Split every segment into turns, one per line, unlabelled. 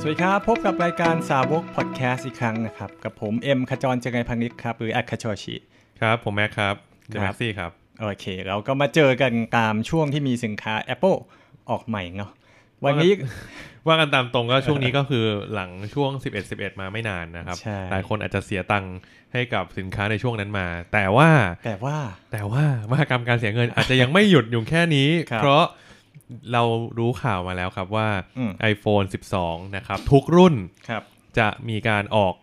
สวัสดีครับ พบกับรายการสาวกพอดแคสต์อีกครั้งนะครับ กับผมเอ็มขจรเจริญพังนิกครับ หรืออัคชอชิ
ครับ ผมแม็กครับเด
ครั
แม็
บ
กซี่ครับ
โอเค เราก็มาเจอกันตามช่วงที่มีสินค้า Apple ออกใหม่เนาะวันนี้
ว่ากันตามตรงก็ช่วงนี้ก็คือหลัง ช่วง 11 11 มาไม่นานนะครับ
ใช่
หลายคนอาจจะเสียตังค์ให้กับสินค้าในช่วงนั้นมา แต่ว่า
แต่ว่า
แต่ว่ามหกรรมการเสียเงิน อาจจะยังไม่หยุดอยู่แค่นี้
ครับ
เพราะเรารู้ข่าวมาแล้วครับว่า
อืม
iPhone 12 นะครับ ทุกรุ่น
ครับ
จะมีการออก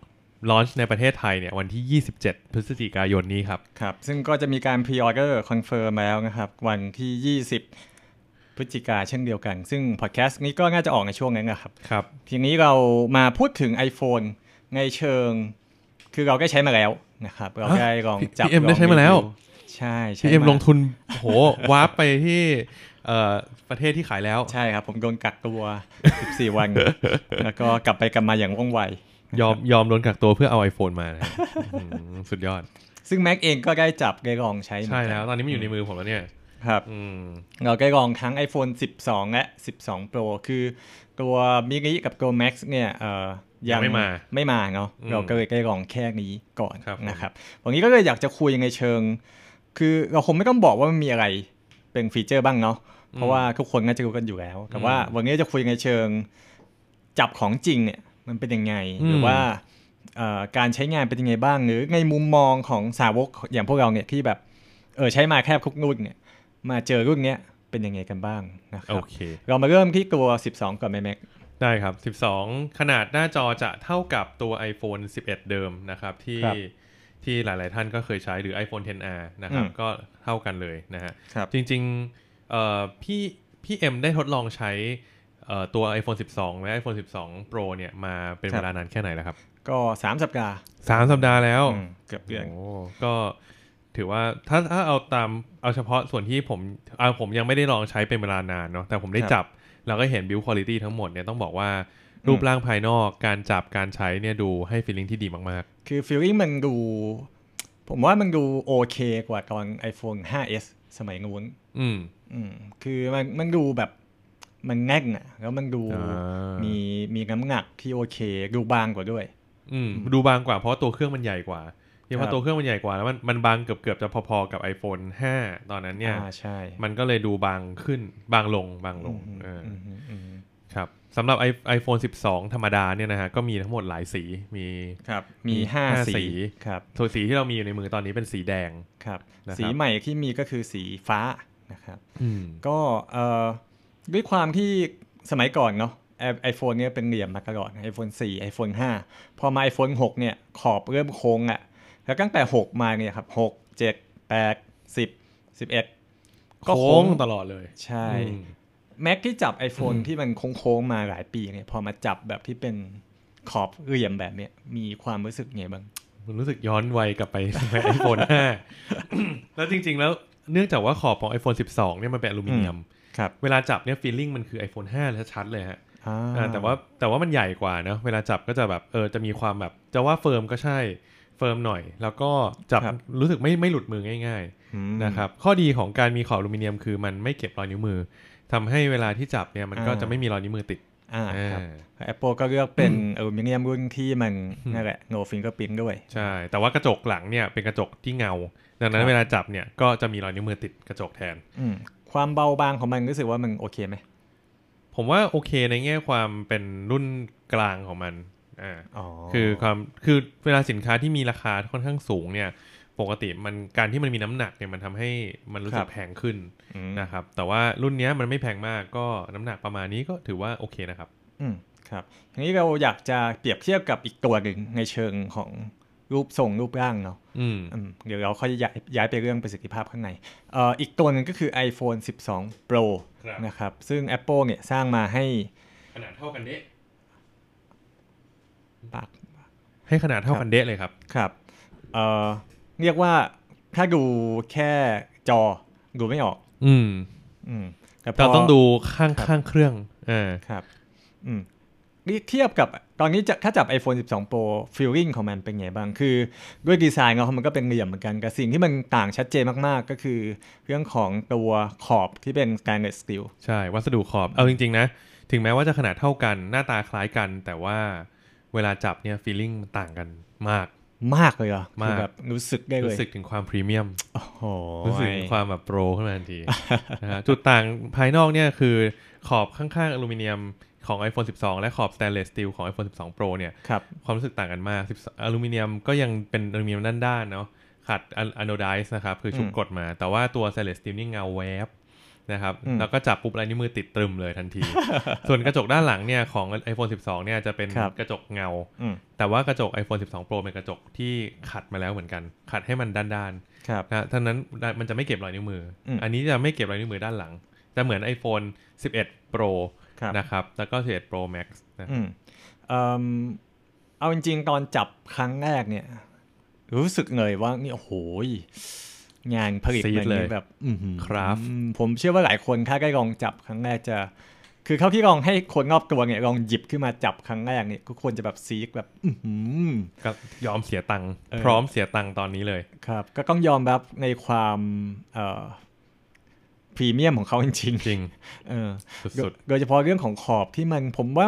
ลอนช์ในประเทศไทยเนี่ยวันที่ 27 พฤศจิกายนนี้ครับ
ครับ ซึ่งก็จะมีการพรีออเดอร์คอนเฟิร์มแล้วนะครับ วันที่ 20 พฤศจิกาเช่นเดียวกัน ซึ่งพอดแคสต์นี้ก็น่าจะออกในช่วงนั้นนะครับ
ครับ
ทีนี้เรามาพูดถึง iPhone ในเชิง คือเราได้ใช้มาแล้วนะครับ เราได้ลอง
พี่
จับ
พี่เอ็ม
ลง
ได้ใช้มาแล้ว
รีวิวใช่ใช่
พี่เอ็ม
มา
ลงทุนโอ้โห วาร์ปไปที่เอ่อประเทศที่ขายแล้ว
ใช่ครับ ผมโดนกักตัว 14 วัน แล้วก็กลับไปกลับมาอย่างว่องไว
ยอมยอมโดนกักตัวเพื่อเอา iPhone มา นะครับอื้อหือสุดยอด
ซึ่งแม็กเองก็ได้จับได้ลองใช้เหมือน
ใช่
กัน
แล้ว ตอนนี้มันอยู่ในมือผมแล้วเนี่ย
ครับ
อืม
เราได้ลองทั้ง iPhone 12 และ 12 Pro คือตัว mini กับตัว max เนี่ยเอ่อยัง
ยังไม่มา
ไม่มาเนาะ
อืม
เราก็เลยได้ลองแค่นี้ก่อน
ครับผม
นะครับวันนี้ก็เลยอยากจะคุยในเชิง คือเราคงไม่ต้องบอกว่ามันมีอะไรเป็นฟีเจอร์บ้างเนาะเพราะว่าทุกคนน่าจะรู้กันอยู่แล้ว แต่ว่าวันนี้จะคุยในเชิงจับของจริงเนี่ยมันเป็นยังไง หรือว่าเอ่อการใช้งานเป็นยังไงบ้าง หรือในมุมมองของสาวกอย่างพวกเราเนี่ยที่แบบเออใช้มาแคบคุกนุ่นเนี่ย มาเจอรุ่นเนี้ยเป็นยังไงกันบ้างนะค
โอ
รับ
เค
เรามาเริ่มที่ตัว 12 ก่อนไหมแม็ก
ได้ครับ 12 ขนาดหน้าจอจะเท่ากับตัว iPhone 11 เดิมนะครับ ที่
ครับ
ที่หลาย ๆ ท่านก็เคยใช้หรือ iPhone 10R นะครับ
อืม
ก็เท่ากันเลยนะฮะ
ครับ
จริงๆเอ่อพี่พี่เอ็มได้ทดลองใช้เอ่อตัว iPhone 12 และ iPhone 12 Pro เนี่ยมาเป็น
ครั
เว
บ
ลานานแค่ไหนแล้วครับ
ก็ 3 สัปดาห์
3 สัปดาห์แล้ว
อืมเกือบเดือน
โอ้ก็ถือว่าถ้าถ้าเอาตามเอาเฉพาะส่วนที่ผมเอาผมยังไม่ได้ลองใช้เป็นเวลานานเนาะแต่ผมได้
ครับ
จับ แล้วก็เห็นบิ u คุณ l i t y ทั้งหมดเนี่ยต้องบอกว่ารูป
อืม
ร่างภายนอกการจับการใช้เนี่ยดูให้ฟีลลิ่งที่ดีมาก
คือฟีลลิ่งมันดู ผมว่ามันดูโอเคกว่าตอน iPhone 5s สมัยนู้น
ๆ อืม
อืมคือมันมันดูแบบมันแน่นอะแล้วมันดู
อ่ามี
มีมีน้ำหนักที่โอเค ดูบางกว่าด้วย
อืมดูบางกว่าเพราะตัวเครื่องมันใหญ่กว่าเรียก
ครั
ว่า
บ
ตัวเครื่องมันใหญ่กว่าแล้วมันมันบางเกือบเกือบจะพอๆกับ iPhone 5 ตอนนั้นเนี่ย
อ่าใช่
มันก็เลยดูบางขึ้นบางลงบางลง
อืม
เอออ
อืมอืม
ครับสำหรับ i- iPhone 12 ธรรมดาเนี่ยนะฮะก็มีทั้งหมดหลายสีมี
ครับ มี
มีห้า
5
สี
สีครับ
ส่วนสีที่เรามีอยู่ในมือตอนนี้เป็นสีแดง
ครับ
นะครับ
สีใหม่ที่มีก็คือสีฟ้านะครับ
อืม
ก็เอ่อด้วยความที่สมัยก่อนเนาะไอโฟนเนี่ยเป็นเหลี่ยมมาตลอด iPhone 4 iPhone 5 พอมา iPhone 6 เนี่ย ขอบเริ่มโค้งอะ่ะ แล้วตั้งแต่ 6 มาเนี่ยครับ 6 7 8 10 11 ก็
โค้
โค้
ง
ง
ตลอดเลย
ใช่
อืม
แม็กที่จับ iPhone ที่มันโค้งๆมาหลายปีเนี่ย พอมาจับแบบที่เป็นขอบเหลี่ยมแบบเนี้ยมีความรู้สึกไงบ้าง
มันรู้สึกย้อนวัยกลับไป สมัย iPhone 5 แล้วจริงๆ แล้วเนื่องจากว่าขอบของ iPhone 12 เนี่ยมันเป็นอลูมิเนียม
ครับ
เวลาจับเนี่ยฟีลลิ่งมันคือ iPhone 5เลยชัดๆเลยฮะ
อ่า
อ่าแต่ว่าแต่ว่ามันใหญ่กว่านะ เวลาจับก็จะแบบเออจะมีความแบบจะว่าเฟิร์มก็ใช่เฟิร์มหน่อย แล้วก็จับรู้สึกไม่ไม่หลุดมือง่าย ๆ
อืม
นะครับข้อดีของการมีขอบอลูมิเนียมคือมันไม่เก็บรอยนิ้วมือทำให้เวลาที่จับเนี่ยมันก็
อ่า
จะไม่มีรอยนิ้วมือติด
อ่าครับ
อ่า
Apple ก็เลือกเป็นอลูมิเนียมรุ่นที่มันนั่นแหละ no fingerprint ด้วย
ใช่ แต่ว่ากระจกหลังเนี่ยเป็นกระจกที่เงา ดัง
ค
นั้
รั
น
บ
เวลาจับเนี่ยก็จะมีรอยนิ้วมือติดกระจกแทน
อืมความเบาบางของมันรู้สึกว่ามันโอเคไหม
ผมว่าโอเคในแง่ความเป็นรุ่นกลางของมันอ่า
อ๋อ
คือความคือเวลาสินค้าที่มีราคาค่อนข้างสูงเนี่ยปกติมันการที่มันมีน้ำหนักเนี่ยมันทำให้มันรู้สึกแพงขึ้น
อืม
นะครับแต่ว่ารุ่นเนี้ยมันไม่แพงมากก็น้ำหนักประมาณนี้ก็ถือว่าโอเคนะครับ
อืมครับทีนี้เราอยากจะเปรียบเทียบกับอีกตัวหนึ่งในเชิงของรูปทรงรูปร่างเนาะ
อืม
อืมเดี๋ยวเราค่อยย้ายย้ายไปเรื่องประสิทธิภาพข้างในเอ่ออีกตัวหนึ่งก็คือ iPhone 12 Pro
ครับ
นะครับ ซึ่ง Apple เนี่ยสร้างมาให้
ขนาดเท่ากันเดะ
ปาก
ให้ขนาดเท่ากันเดะเลยครับ
ครับเอ่อเรียกว่าถ้าดูแค่จอดูไม่ออก
อืม
อืมแต่พ
เราต้องดูข้าง
ครับ
ข้างเครื่องอ่า
ครับ อืมนี่เทียบกับตอนนี้จะถ้าจับ iPhone 12 Pro ฟีลลิ่งของมันเป็นไงบ้าง คือด้วยดีไซน์ของมันก็เป็นเหลี่ยมเหมือนกันกับสิ่งที่มันต่างชัดเจนมากๆ ก็คือเรื่องของตัวขอบที่เป็น stainless steel
ใช่ วัสดุขอบ เอาจริง ๆ นะ ถึงแม้ว่าจะขนาดเท่ากันหน้าตาคล้ายกัน แต่ว่าเวลาจับเนี่ยฟีลลิ่งต่างกันมาก
มากเลยเหรอคือ
มาก
แบบรู้สึกได้เลย
รู้สึกถึงความพรีเมียม
โอ้โห
รู้สึกถึงความแบบโปรขึ้นมาทันที นะฮะจุดต่างภายนอกเนี่ยคือขอบข้างๆอลูมิเนียมของ iPhone 12 และขอบ stainless steel ของ iPhone 12 Pro เนี่ย
ครับ
ความรู้สึกต่างกันมาก12อลูมิเนียมก็ยังเป็นอลูมิเนียมด้านๆเนาะขาดอะโนไดซ์นะครับ คือชุบกดมา แต่ว่าตัว stainless steel นี่เงาแวบนะครับ แล้วก็จับปุ๊บลายนิ้วมือติดตรึมเลยทันที ส่วนกระจกด้านหลังเนี่ยของ iPhone 12 เนี่ยจะเป็นกระจกเงา
อืม
แต่ว่ากระจก iPhone 12 Pro เป็นกระจกที่ขัดมาแล้วเหมือนกัน ขัดให้มันด้านๆ
ครับ
นะทั้งนั้นมันจะไม่เก็บรอยนิ้วมืออ
ม
อันนี้จะไม่เก็บรอยนิ้วมือด้านหลัง จะเหมือน iPhone 11 Pro
ครับ
นะครับ แล้วก็ 11 Pro Max นะ
อืมเอิ่มเอาจริงๆ ตอนจับครั้งแรกเนี่ย รู้สึกเลยว่านี่โอ้โหยงานผลิต
ซีด
มัน
เล
นี่
ย
แบบ อื้อหือ
ครับ
อืมผมเชื่อว่าหลายคนถ้าได้ลองจับครั้งแรกจะ คือเขาที่ลองให้คนรอบตัวเนี่ยลองหยิบขึ้นมาจับครั้งแรกเนี่ยก็ควรจะแบบซีกแบบ อื้อหือ
ก็ยอมเสียตังค์
เออ
พร้อมเสียตังค์ตอนนี้เลย
ครับ ก็ต้องยอมรับในความเอ่อพรีเมียมของเขาจริง
จริง
ๆเออ
สุด
โดยเฉพาะเรื่องของขอบที่มันผมว่า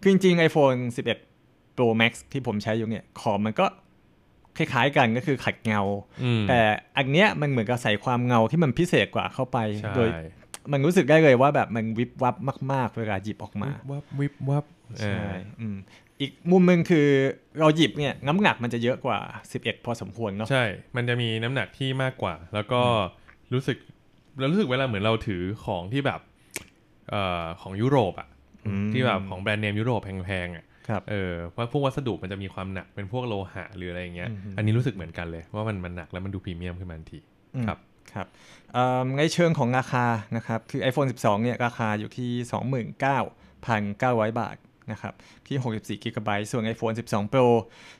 คือจริงๆ iPhone 11 Pro Max ที่ผมใช้อยู่เนี่ย ขอบมันก็คล้ายๆกันก็คือขัดเงา
ๆ อืม
แต่อันเนี้ยมันเหมือนกับใส่ความเงาที่มันพิเศษกว่าเข้าไป
ใช่
โดยมันรู้สึกได้เลยว่าแบบมันวิบวับมาก ๆ เวลาหยิบออกมา
วิบวับวิบวับเอ
ใช่
อ
อืมอีกมุมหนึ่งคือเราหยิบเนี่ยน้ำหนักมันจะเยอะกว่า 11 พอสมควรเนาะ
ใช่ มันจะมีน้ำหนักที่มากกว่า แล้วก็รู้สึกเรารู้สึกเวลาเหมือนเราถือของที่แบบเอ่อของยุโรปอะ
อืม
ที่แบบของแบรนด์เนมยุโรปแพงๆอะ
ครับ
เออว่าพวกวัสดุมันจะมีความหนักเป็นพวกโลหะหรืออะไรอย่างเงี้ย
อือฮึ
อันนี้รู้สึกเหมือนกันเลย ว่ามันมันหนักแล้วมันดูพรีเมียมขึ้นมาทันที
อืม
ครับ
ครับเอิ่มในเชิงของราคานะครับ คือ iPhone 12 เนี่ยราคาอยู่ที่ 29,900 บาทนะครับ ที่ 64 g b ส่วน iPhone 12 Pro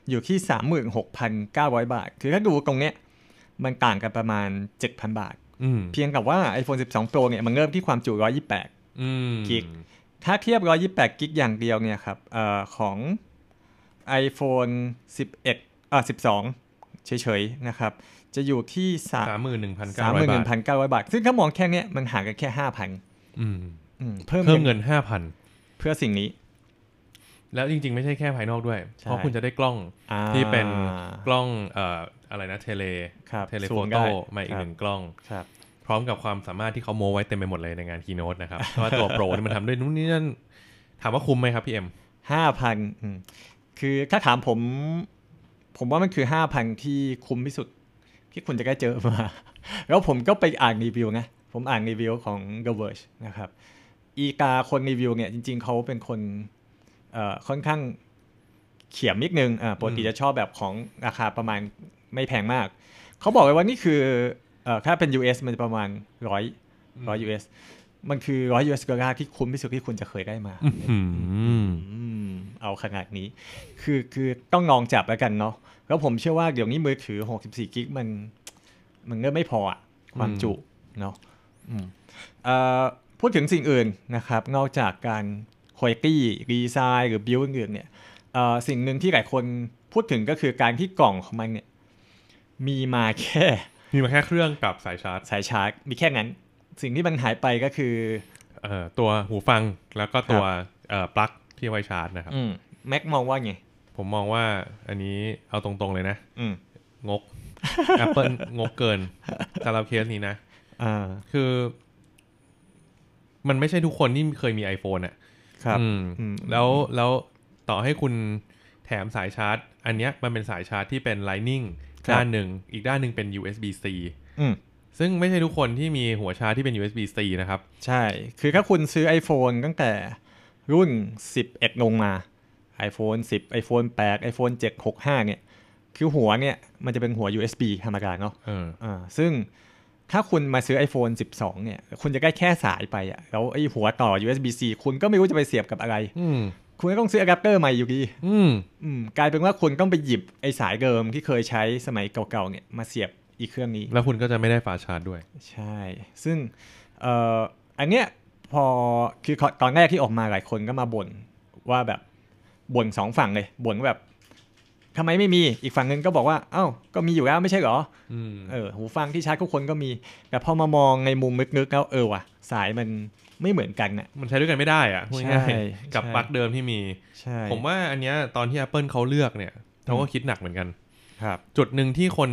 อยู่ที่ 36,900 บาท คือถ้าดูตรงเนี้ยมันต่างกันประมาณ 7,000 บาท
อืม
เพียงกับว่า iPhone 12 Pro เนี่ยมันเริ่มที่ความจุ 128
อืม
กิ๊ก ถ้าเทียบ 128 กิกอย่างเดียวเนี่ยครับเออของ iPhone 11อ่า12 เฉยๆนะครับ จะอยู่ที่3
สามหมื่นหนึ่งพันเก้า
สาม
ร้
ห
อ
มื่
ย
นห
บา
นึ่ง
ท
พันเก้าร้อยบาท ซึ่งถ้ามองแค่เนี้ยมันห่างกันแค่ห้าพัน
อืม
เพิ่ม
เพิ่ม
เงิน
เงินห้าพัน
เพื่อสิ่งนี้
แล้วจริงๆ ไม่ใช่แค่ภายนอกด้วย
ใช่
เพราะคุณจะได้กล้อง
อ่า
ที่เป็นกล้องเอ่ออะไรนะเทเล
ครับ
เทเล
ซู
โฟ
ม
โต้
ได้
มาอีก
ครับ
หนึ่งกล้อง
ครับ
พร้อมกับความสามารถที่เขาโมไว้เต็มไปหมดเลยในงานคีโนตนะครับ เพราะว่าตัว โปรนี่มันทำด้วยนู่นนี่นั่นถามว่าคุ้มไหมครับพี่เอ็ม
ห้าพันคือถ้าถามผม ผมว่ามันคือห้าพันที่คุ้มที่สุด ที่คุณจะได้เจอมา แล้วผมก็ไปอ่านรีวิวนะผมอ่านรีวิวของ The Verge นะครับ อีกาคนรีวิวเนี่ยจริง ๆเขาเป็นคนเอ่อค่อนข้างเขียมนิดนึงอ่าปกติจะชอบแบบของราคาประมาณไม่แพงมาก เขาบอกไว้ว่านี่คือเอ่อถ้าเป็น US มันจะประมาณร้อยร้อย US มันคือร้อย US ดอลลาร์ที่คุ้มที่สุดที่คุณจะเคยได้มา
อืม
อืมเอาขนาดนี้ คือคือต้องงองจับแล้วกันเนาะแล้วผมเชื่อว่าเดี๋ยวนี้มือถือ 64 กิกมัน มันก็ไม่พออะความจุเนาะอืมเอ่อพูดถึงสิ่งอื่นนะครับ นอกจากการคุยกี้รีไซน์หรือบิวอื่นๆเนี่ยเอ่อสิ่งหนึ่งที่หลายคนพูดถึงก็คือการที่กล่องของมันเนี่ย มีมาแค่
มีมาแค่เครื่องกับสายชาร์จ
สายชาร์จมีแค่นั้น สิ่งที่มันหายไปก็คือ
เอ่อตัวหูฟังแล้วก็ตัวเอ่อปลั๊กที่ไว้ชาร์จนะครับ
อืมแม็กมองว่าไง
ผมมองว่าอันนี้เอาตรงๆเลยนะ
อืม
งก Apple งกเกินสำหรับเคสนี้นะ
อ่า
คือ มันไม่ใช่ทุกคนที่เคยมี iPhone อะ
ครับ
อืม
อืม
แล้วแล้วต่อให้คุณแถมสายชาร์จ อันเนี้ยมันเป็นสายชาร์จที่เป็น Lightning ด้านหนึ่ง อีกด้านหนึ่งเป็น USB-C
อืม
ซึ่งไม่ใช่ทุกคนที่มีหัวชาร์จที่เป็น USB-C นะครับ
ใช่ คือถ้าคุณซื้อ iPhone ตั้งแต่รุ่น 11 ลงมา iPhone 10 iPhone 8 iPhone 7 6 5 เนี่ย คือหัวเนี่ย มันจะเป็นหัว USB ธรรมดาเนาะ
เออ
อ่าซึ่งถ้าคุณมาซื้อ iPhone 12 เนี่ย คุณจะได้แค่สายไปอะแล้วไอ้หัวต่อ USB-C คุณก็ไม่รู้จะไปเสียบกับอะไร
อืม
คุณก็ต้องซื้ออะแดปเตอร์ใหม่อยู่ดี
อืม
อืมกลายเป็นว่าคุณต้องไปหยิบไอ้สายเดิมที่เคยใช้สมัยเก่าๆเนี่ยมาเสียบอีกเครื่องนี้
แล้วคุณก็จะไม่ได้ฝาชาร์จด้วย
ใช่ ซึ่งเอ่ออันเนี้ยพอคือตอนแรกที่ออกมาหลายคนก็มาบ่นว่าแบบบ่นสองฝั่งเลยบ่นว่าแบบทำไมไม่มีอีกฝั่งหนึงก็บอกว่า เอ้าก็มีอยู่แล้วไม่ใช่เหรอ
อืม
เออหูฟังที่ชาร์จทุกคนก็มี แต่พอมามองในมุมนึกๆแล้วเออว่ะ สายมัน ไม่เหมือนกันน่ะ
มันใช้ด้วยกันไม่ได้อะพูดง่าย
ใช่
ๆกับ
ใช่
ปลั๊กเดิมที่มี
ใช่
ผมว่าอันเนี้ยตอนที่ Apple เขาเลือกเนี่ยเขาก็คิดหนักเหมือนกัน
ครับ
จุดหนึ่งที่คน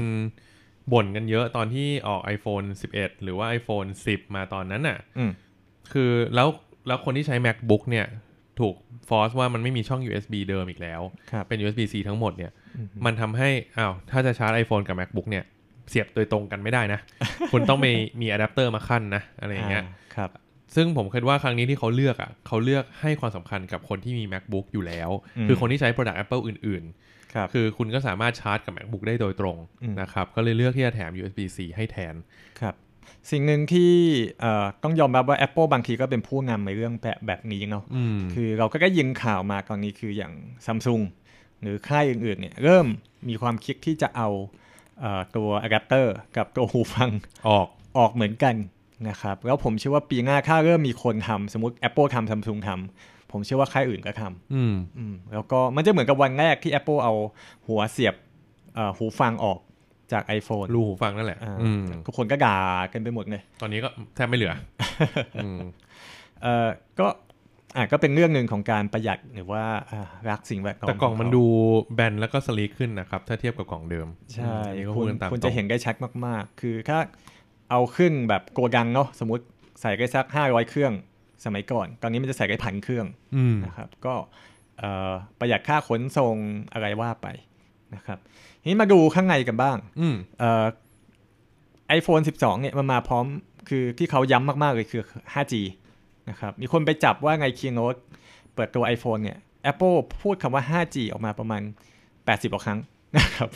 บ่นกันเยอะตอนที่ออก iPhone 11 หรือว่า iPhone 10 มาตอนนั้นน่ะ
อืม
คือแล้วแล้วคนที่ใช้ MacBook เนี่ย ถูกฟอสว่ามันไม่มีช่อง USB เดิมอีกแล้ว
ครับ
เป็น USB-C ทั้งหมดเนี่ย
อืม
มันทำให้อ้าวถ้าจะชาร์จ iPhone กับ MacBook เนี่ย เสียบโดยตรงกันไม่ได้นะ คุณต้องมีมีอะแดปเตอร์มาขั้นนะ อะไรอย่างเงี้ย
ครับ
ซึ่งผมคิดว่าครั้งนี้ที่เขาเลือกอ่ะเขาเลือกให้ความสำคัญกับคนที่มี macbook อยู่แล้ว
อืม
คือคนที่ใช้ product apple อื่น
ครับ
ๆ คือคุณก็สามารถชาร์จกับ macbook ได้โดยตรง
อืม
นะครับ ก็เลยเลือกที่จะแถม usb c ให้แทน
ครับ สิ่งหนึ่งที่เอ่อต้องยอมรับว่า Apple บางทีก็เป็นผู้นำในเรื่องแบบแบบนี้เนาะ
อืม
คือเราก็ได้ยินข่าวมาตอนนี้คืออย่างซัมซุงหรือค่ายอื่นๆเนี่ยเริ่มมีความคิดที่จะเอาเอ่อตัวอะแดปเตอร์กับตัวหูฟัง
ออก
ออกเหมือนกันนะครับ แล้วผมเชื่อว่าปีหน้าถ้าเริ่มมีคนทำสมมติ Apple ทำซัมซุงทำผมเชื่อว่าค่ายอื่นก็ทำ
อืม
อืมแล้วก็มันจะเหมือนกับวันแรกที่ Apple เอาหัวเสียบเอ่อหูฟังออกจาก iPhone
รูหูฟังนั่นแหละ
อ่า
อืม
ทุกคนก็ด่ากันไปหมดเลย
ตอนนี้ก็แทบไม่ เหลือ อืม
เอ่อก็อ่ะก็เป็นเรื่องหนึ่งของการประหยัดหรือว่าอ่ะรักสิ่งแวดล้อม
แต่กล่องมัน
ขเขา
ดูแบนแล้วก็สลีคขึ้นนะครับ ถ้าเทียบกับกล่องเดิม
ใช่
อันนี้ก็
คุ
พูด
ณ
กันตาม
คุณ
ตร
จะ
ง
เห็นได้ชัดมากๆ คือถ้าเอาขึ้นแบบโกดังเนาะสมมติใส่ได้สัก500 เครื่องสมัยก่อน ตอนนี้มันจะใส่ได้พันเครื่อง
อืม
นะครับก็เอ่อประหยัดค่าขนส่งอะไรว่าไปนะครับทีนี้มาดูข้างในกันบ้าง
อืม
เอ่อ iPhone 12 เนี่ยมันมาพร้อมคือที่เขาย้ำมาก ๆ เลยคือ 5G นะครับมีคนไปจับว่าไงคีโนตเปิดตัว iPhone เนี่ย Apple พูดคำว่า 5G ออกมาประมาณ 80กว่าครั้ง นะครับ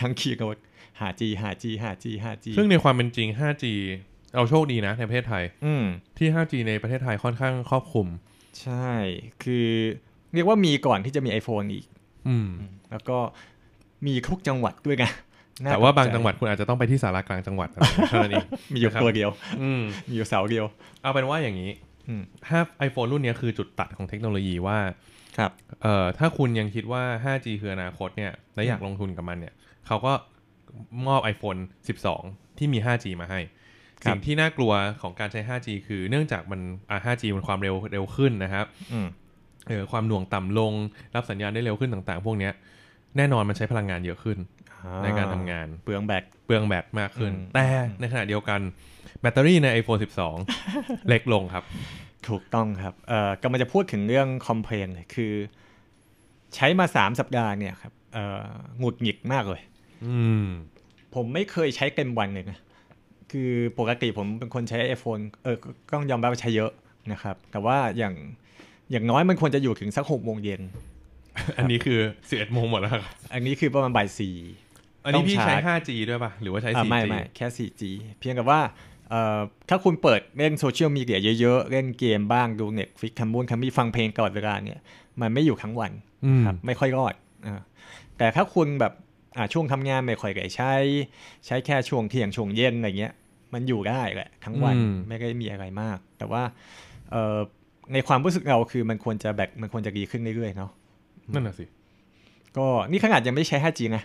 ครั้งคีโนต 5G 5G 5G 5G
ซึ่งในความเป็นจริง 5G เราโชคดีนะในประเทศไทย
อืม
ที่ 5G ในประเทศไทยค่อนข้างครอบคลุม
ใช่ คือเรียกว่ามีก่อนที่จะมี iPhone อีก
อืม
แล้วก็มีทุกจัง หวัดด้วยนะน่
แต่ว่า
ตก
บางจังหวัดคุณอาจจะต้องไปที่สารากลางจังหวัดอะไรอย่างเงี้ยเท่า นั้นเอง
มีอยู่
นะครับ
ตัวเดียว
อืม
มีอยู่เสาเดียว
เอาเป็นว่าอย่างนี้
อืม
ถ้า iPhone รุ่นเนี้ยคือจุดตัดของเทคโนโลยีว่า
ครับ
เอ่อถ้าคุณยังคิดว่า 5G คืออนาคตเนี่ยและอยากลงทุนกับมันเนี่ยเขาก็มอบ iPhone 12 ที่มี 5G มาให้
ครับ
สิ่งที่น่ากลัวของการใช้ 5G คือเนื่องจากมันอ่ะ 5G มันความเร็วเร็วขึ้นนะครับ
อืม
เออความหน่วงต่ำลงรับสัญญาณได้เร็วขึ้นต่างๆ พวกเนี้ยแน่นอนมันใช้พลังงานเยอะขึ้นในการทำงาน
เปลืองแบต
เปลืองแบตมากขึ้น
อืม
แต่ในขณะเดียวกันแบตเตอรี่ใน iPhone 12 เล็กลงครับ
ถูกต้องครับ เอ่อกำลังจะพูดถึงเรื่องคอมเพลนเลยคือ ใช้มาสามสัปดาห์เนี่ยครับ เอ่อหงุดหงิดมากเลย
อืม
ผมไม่เคยใช้เต็มวันเลยนะ คือปกติผมเป็นคนใช้ iPhone เออก็ก็ต้องยอมรับว่าใช้เยอะนะครับ แต่ว่าอย่างอย่างน้อยมันควรจะอยู่ถึงสักหกโมงเย็น
อันนี้คือ 11โมงหมดแล้วครับ
อันนี้คือประมาณบ่ายสี่
อันนี้พี่ใช้
ต้องชาร์จ
5G ด้วยป่ะ หรือว่าใช้
อ่า
4G
ไม่ไม่แค่ 4G เพียงแต่ว่าเอ่อถ้าคุณเปิดเล่นโซเชียลมีเดียเยอะๆ เล่นเกมบ้างดูเน็ตฟิกคำบุญคำมีฟังเพลงตลอดเวลาเนี่ย มันไม่อยู่ทั้งวัน
อืม
ครับไม่ค่อยรอดอาแต่ถ้าคุณแบบอ่าช่วงทำงานไม่ค่อยได้ใช้ ใช้แค่ช่วงเที่ยงช่วงเย็นอะไรเงี้ย มันอยู่ได้แหละทั้งวันไม่ได้มีอะไรมาก แต่ว่าเอ่อในความรู้สึกเราคือมันควรจะแบกมันควรจะดีขึ้นเรื่อยๆเนาะ
นั่นน่ะสิ
ก็นี่ขนาดยังไม่ใช้ 5G นะ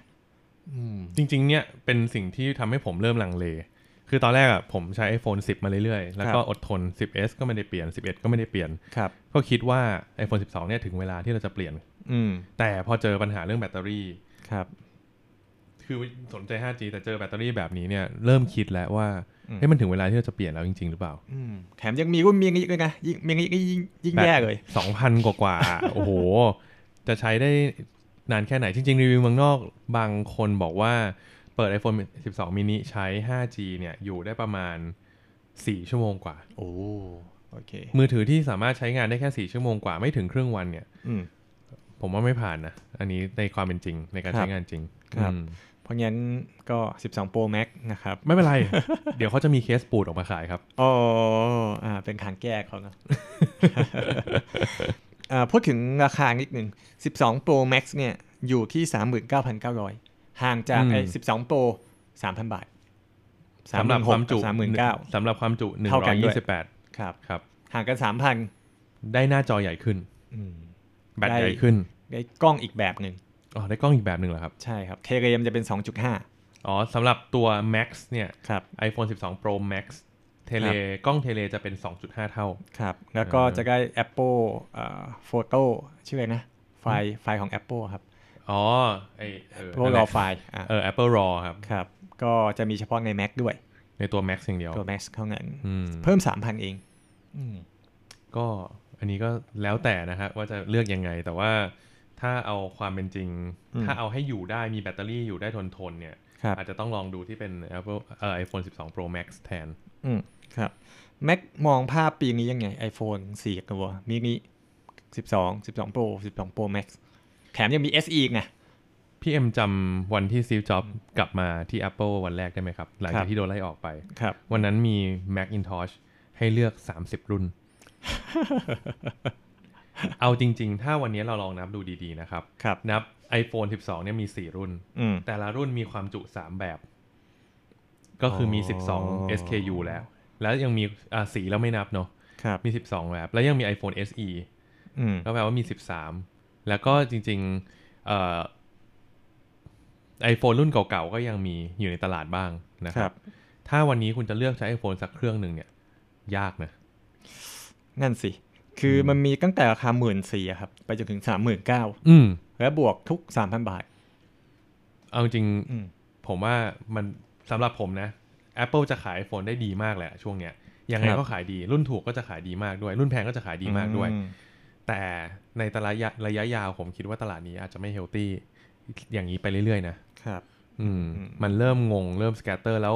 อืม
จริง ๆ เนี่ย เป็นสิ่งที่ทำให้ผมเริ่มลังเล คือตอนแรกอ่ะผมใช้ iPhone 10 มาเรื่อยๆ แล้วก็อดทน 10s ก็ไม่ได้เปลี่ยน 11 ก็ไม่ได้เปลี่ยน
ครับ
ก็คิดว่า iPhone 12 เนี่ยถึงเวลาที่เราจะเปลี่ยน
อืม
แต่พอเจอปัญหาเรื่องแบตเตอรี่
ครับ
คือสนใจ 5G แต่เจอแบตเตอรี่แบบนี้เนี่ยเริ่มคิดแล้วว่า
อืม
เฮ้ยมันถึงเวลาที่เราจะเปลี่ยนแล้วจริงๆหรือเปล่า
อืมแถมยังมีรุ่นเมียงอีกด้วยนะยิ่งเมียงอีกยิ่งยิ่งแย่เลย
สองพันกว่ากว่าๆ โอ้โห จะใช้ได้นานแค่ไหน จริง ๆ รีวิวเมืองนอกบางคนบอกว่าเปิด iPhone 12 mini ใช้ 5G เนี่ย อยู่ได้ประมาณ 4 ชั่วโมงกว่า
โอ้โอเค
มือถือที่สามารถใช้งานได้แค่ 4 ชั่วโมงกว่าไม่ถึงครึ่งวันเนี่ย
อืม
ผมว่าไม่ผ่านนะ อันนี้ในความเป็นจริงในการ
ครับ
ใช้งานจริง
ครับ
อืม
เพราะงั้นก็ 12 Pro Max นะครับ
ไม่เป็นไร เดี๋ยวเขาจะมีเคสปูดออกมาขายครับ
อ๋ออ่าเป็นขางแก้เขา นะ อ่าพูดถึงราคานิดหนึ่ง12 Pro Max เนี่ย อยู่ที่ 39,900 ห่างจากไอ้
อืม
12 Pro 3,000 บาท
สำหรับความจุ
สามหมื่นเก้า
สำหรับความจุ
เท่ากันด้วย
128
ครับ
ครับ
ห่างกัน
ได้หน้าจอใหญ่ขึ้น
3,000อืม
แบต
ได้
ใหญ่ขึ้น
ได้กล้องอีกแบบหนึ่ง
อ๋อได้กล้องอีกแบบหนึ่งเหรอครับ
ใช่ครับ เทเรมจะเป็น 2.5
อ๋อสำหรับตัว Max เนี่ย
ครับ
iPhone 12 Pro Max เทเลกล้องเทเลจะเป็น 2.5 เท่า
ครับ แล้วก็
เออ
จะได้ Apple เอ่อ Photo ชื่ออะไรนะ ไฟล์ไฟล์ของ Apple ครับ
อ๋อไอเออ
Apple
นั่นแห
RAW
ละ
File อ่ะ
เออ Apple RAW ครับ
ครับ ก็จะมีเฉพาะใน Mac ด้วย
ในตัว Max อย่างเดียว
ตัว Mac เท่านั้น
อืม
เพิ่ม 3,000 เองอืม
ก็อันนี้ก็แล้วแต่นะฮะว่าจะเลือกยังไง แต่ว่าถ้าเอาความเป็นจริง ถ้าเอาให้อยู่ได้มีแบตเตอรี่อยู่ได้ทนทนๆเนี่ย
ครับ
อาจจะต้องลองดูที่เป็น Apple เอ่อ iPhone 12 Pro Max แทน
อืมครับ Mac มองภาพปีนี้ยังไง iPhone 4ตัวมินิ12 12 Pro 12 Pro Max แถมยังมี SE อีกไง
พี่เอ็มจำวันที่ซีฟจ็อบกลับมาที่ Apple วันแรกได้ไหมครับ หลัง
ครั
จาก
บ
ที่โดนไล่ออกไป
ครับ
วันนั้นมี Macintosh ให้เลือก 30 รุ่น เอาจริง ๆ ถ้าวันนี้เราลองนับดูดีๆ นะครับ
ครับ
นับ iPhone 12 เนี่ยมี 4 รุ่น
อืม
แต่ละรุ่นมีความจุ 3 แบบ ก็คือมี
อ๋อ
12 SKU แล้ว แล้วยังมีอ่าสีแล้วไม่นับเนาะ
ครับ
มี 12 แบบ แล้วยังมี iPhone SE
อืม
ก็แปลว่ามี 13 แล้วก็จริงๆเอ่อไอโฟนรุ่นเก่าๆ ก็ยังมีอยู่ในตลาดบ้างนะค
ครั
รับ
บ
ถ้าวันนี้คุณจะเลือกใช้ iPhone สักเครื่องหนึ่งเนี่ย ยากนะ
นั่นสิ คืออมันมีตั้งแต่ราคาหมื่นสี่ครับ ไปจนถึงสามหมื่นเก้า
อืม
และบวกทุกสามพันบาท
เอาจริง
อืม
ผมว่ามันสำหรับผมนะ Apple จะขาย iPhone ได้ดีมากแหละช่วงเนี้ย ยังไง
ครับ
ก็ขายดี รุ่นถูกก็จะขายดีมากด้วย รุ่นแพงก็จะขายดีมากด้วย
อืม
แต่ในตลาดระยะยาวผมคิดว่าตลาดนี้อาจจะไม่เฮลตี้อย่างนี้ไปเรื่อยๆนะ
ครับ
อืม
อืม
มันเริ่มงงเริ่มสแกตเตอร์แล้ว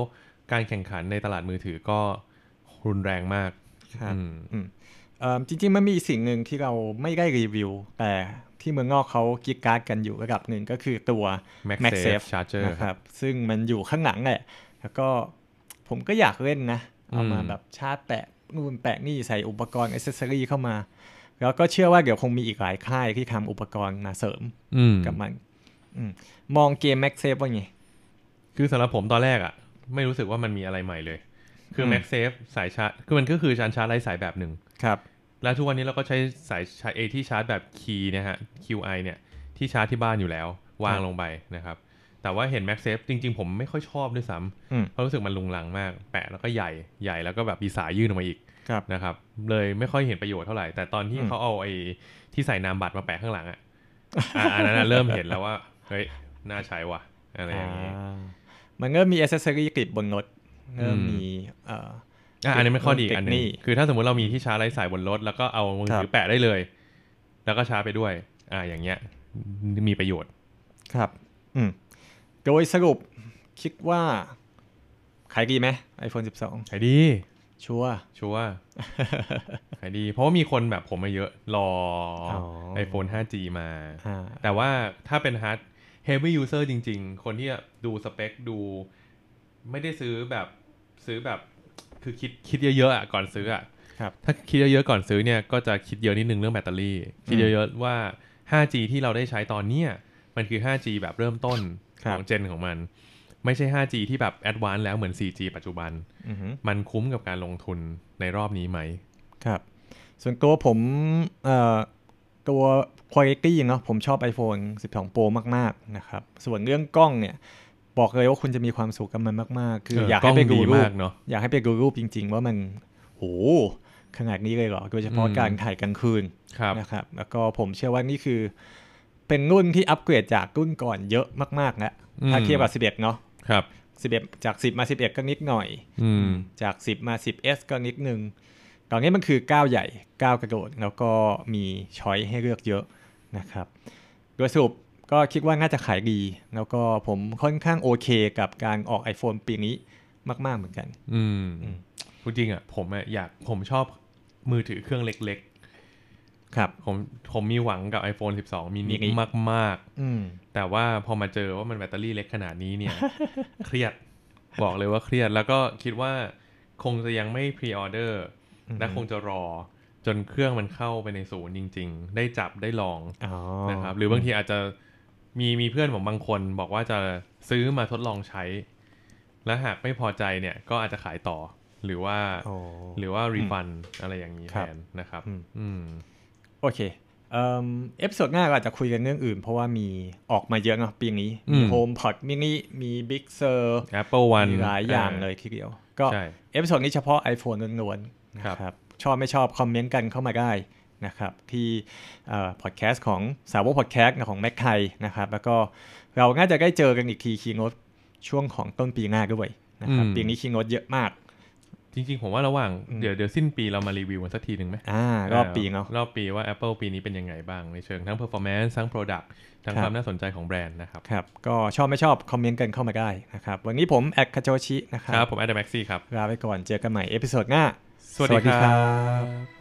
การแข่งขันในตลาดมือถือก็รุนแรงมาก
ครับ
อืม
เอิ่มจริงๆ มันมีสิ่งหนึ่งที่เราไม่ได้รีวิว แต่ที่เมืองนอกเขากิกการ์ดกันอยู่ระดับหนึ่งก็คือตัว
แม็กเซฟ
MagSafe
ชาร์เจอร์
นะครับ ซึ่งมันอยู่ข้างหลังแหละ แล้วก็ผมก็อยากเล่นนะ เอามา
อืม
แบบชาร์จแปะนู่นแปะนี่ใส่อุปกรณ์อ c เซสซอรีเข้ามา แล้วก็เชื่อว่าเดี๋ยวคงมีอีกหลายค่ายที่ทำอุปกรณ์มาเสริม
อืม
กับมันอืมมองเกมแม็กเซฟว่าไง
คือสำหรับผมตอนแรกอะ่ะ ไม่รู้สึกว่ามันมีอะไรใหม่เลย คือ
ม
แม็กเซฟสายชาร์จคือมันก็คือชาร์จชาร์จไร้สายแบบหนึ่ง
ครับ
แล้วทุกวันนี้เราก็ใช้สายชาร์จเอที่ชาร์จแบบคีย์นะฮะ QI เนี่ย ที่ชาร์จที่บ้านอยู่แล้ว วางลงไปนะครับ แต่ว่าเห็น Max Safe จริง ๆ ผมไม่ค่อยชอบด้วยซ้
อืม
ำเพราะรู้สึกมันลุงลังมาก แปะแล้วก็ใหญ่ใหญ่แล้วก็แบบมีสายยื่นออกมาอีก
ครับ
นะครับเลยไม่ค่อยเห็นประโยชน์เท่าไหร่ แต่ตอนที่
อืม
เขาเอาไอ้ที่ใส่นามบัตรมาแปะข้างหลังอะอ่ะอันนั้นอะเริ่มเห็นแล้วว่า เฮ้ย น่าใช้ว่ะ อะไรอย่างนี้
อ่ามันเริ่มมีอ c เซสซอรีติดบนรถเริ่ม
อืม
มีเอ่อ
อ่ะอันนี้ไม่ข้อดีอีกอันหนึ
เทคนิ
ง
ค
คือถ้าสมมติเรามีที่ชาร์จไร้สายบนรถ แล้วก็เอามือถื
ครั
อบ แปะได้เลย แล้วก็ชาร์จไปด้วย อ่าอย่างเงี้ย มีประโยชน์
ครับอืมโดยสรุปคิดว่า ขายดีไหม iPhone
ขายดี
12 ชัวร์
ชัวร์ ขายดี เพราะว่ามีคนแบบผมมาเยอะรออ
อ
iPhone 5G มา
อ่า
แต่ว่าถ้าเป็นฮาร์ด heavy user จริง ๆ คนที่ดูสเปคดู ไม่ได้ซื้อแบบซื้อแบบ คือคิดคิดเยอะๆอ่ะก่อนซื้ออ่ะ
ครับ
ถ้าคิดเยอะๆก่อนซื้อเนี่ย ก็จะคิดเยอะนิดนึงเรื่องแบตเตอรี่ คิดเยอะๆว่า 5G ที่เราได้ใช้ตอนเนี้ยมันคือ 5G แบบเริ่มต้น
ครั
ข
บ
องเจนของมัน ไม่ใช่ 5G ที่แบบแอดวานแล้วเหมือน 4G ปัจจุบัน
อือหือ
มันคุ้มกับการลงทุนในรอบนี้ไหม
ครับ ส่วนตัวผมเอ่อตัว quality เนาะผมชอบ iPhone 12 Pro มาก ๆ นะครับ ส่วนเรื่องกล้องเนี่ย บอกเลยว่าคุณจะมีความสุขกับมันมาก ๆ คือ
เออ
อยากให้ไปดู
กล้องดี
รูป
มากเนอะ
อยากให้ไปดูรูปจริง ๆ ว่ามันโหขนาดนี้เลยเหรอ โดยเฉพาะ
อืม
การถ่ายกลางคืน
ครับ
นะครับแล้วก็ผมเชื่อว่านี่คือ เป็นรุ่นที่อัปเกรดจากรุ่นก่อนเยอะมากๆแล้ว
อืม
ถ้าเทียบกับ11เนาะ
ครับ
11 จาก 10 มา 11 ก็นิดหน่อย
อืม
จาก 10 มา 10s ก็นิดนึง ตอนนี้มันคือก้าวใหญ่ก้าวกระโดด แล้วก็มีช้อยให้เลือกเยอะนะครับ โดยสรุปก็คิดว่าน่าจะขายดี แล้วก็ผมค่อนข้างโอเคกับการออก iPhone ปีนี้มาก ๆเหมือนกัน
อืม
อืม
พูดจริงอ่ะผมอ่ะอยากผมชอบมือถือเครื่องเล็ก
ครับ
ๆ ผมผมมีหวังกับ iPhone 12 มินิ
mini
มาก
อืม
ๆ แต่ว่าพอมาเจอว่ามันแบตเตอรี่เล็กขนาดนี้ เนี่ย เครียดบอกเลยว่าเครียดแล้วก็คิดว่าคงจะยังไม่พรีออเดอร์
อืม
และคงจะรอจนเครื่องมันเข้าไปในศูนย์จริง ๆ ได้จับได้ลอง
อ๋อ
นะครับหรือบางทีอาจจะมีมีเพื่อนผมบางคนบอกว่าจะซื้อมาทดลองใช้ และหากไม่พอใจเนี่ยก็อาจจะขายต่อหรือว่า
โอ้
หรือว่ารีฟันอะไรอย่างนี้
ค
แท
รับ
นนะครับ
อืม
อืม
โอเค เอิ่มเอพิโซดหน้าก็อาจจะคุยกันเรื่องอื่น เพราะว่ามีออกมาเยอะเนาะปีนี้
อื
มี
ม
โฮมพอดมินิมีบิ๊กเซอร์
Apple One
มีหลายอย่างเลยทีเดียว ก็
ใช่
เอพิโซดนี้เฉพาะ iPhone ล้วนๆนะครับ ชอบไม่ชอบคอมเมนต์กันเข้ามาได้นะครับ ที่พอดแคสต์ของสาวกพอดแคสต์ของแม็กไทยนะครับ แล้วก็เราน่าจะได้เจอกันอีกทีคีโนตช่วงของต้นปีหน้าด้วยนะครับปีนี้คีโนตเยอะมาก
จริงๆ ผมว่าระหว่าง
อืม
เดี๋ยวเดี๋ยวสิ้นปีเรามารีวิวกันสักทีหนึ่งไหม
อ่ารอบปีเนาะ
รอบปีว่า Apple ปีนี้เป็นยังไงบ้างในเชิงทั้ง performance ทั้ง product ทั้ง
ครับ
ความน่าสนใจของแบรนด์นะครับ
ครับ ก็ชอบไม่ชอบคอมเมนต์กันเข้ามาได้นะครับ วันนี้ผมแอดคาโจชินะค
ค
รับ
รั
บ
ผม Adam Maxi ครับ
ลาไปก่อนเจอกันใหม่เอพิโซดหน้า
สวัสดีค
สวัสดี
รับ
ครับ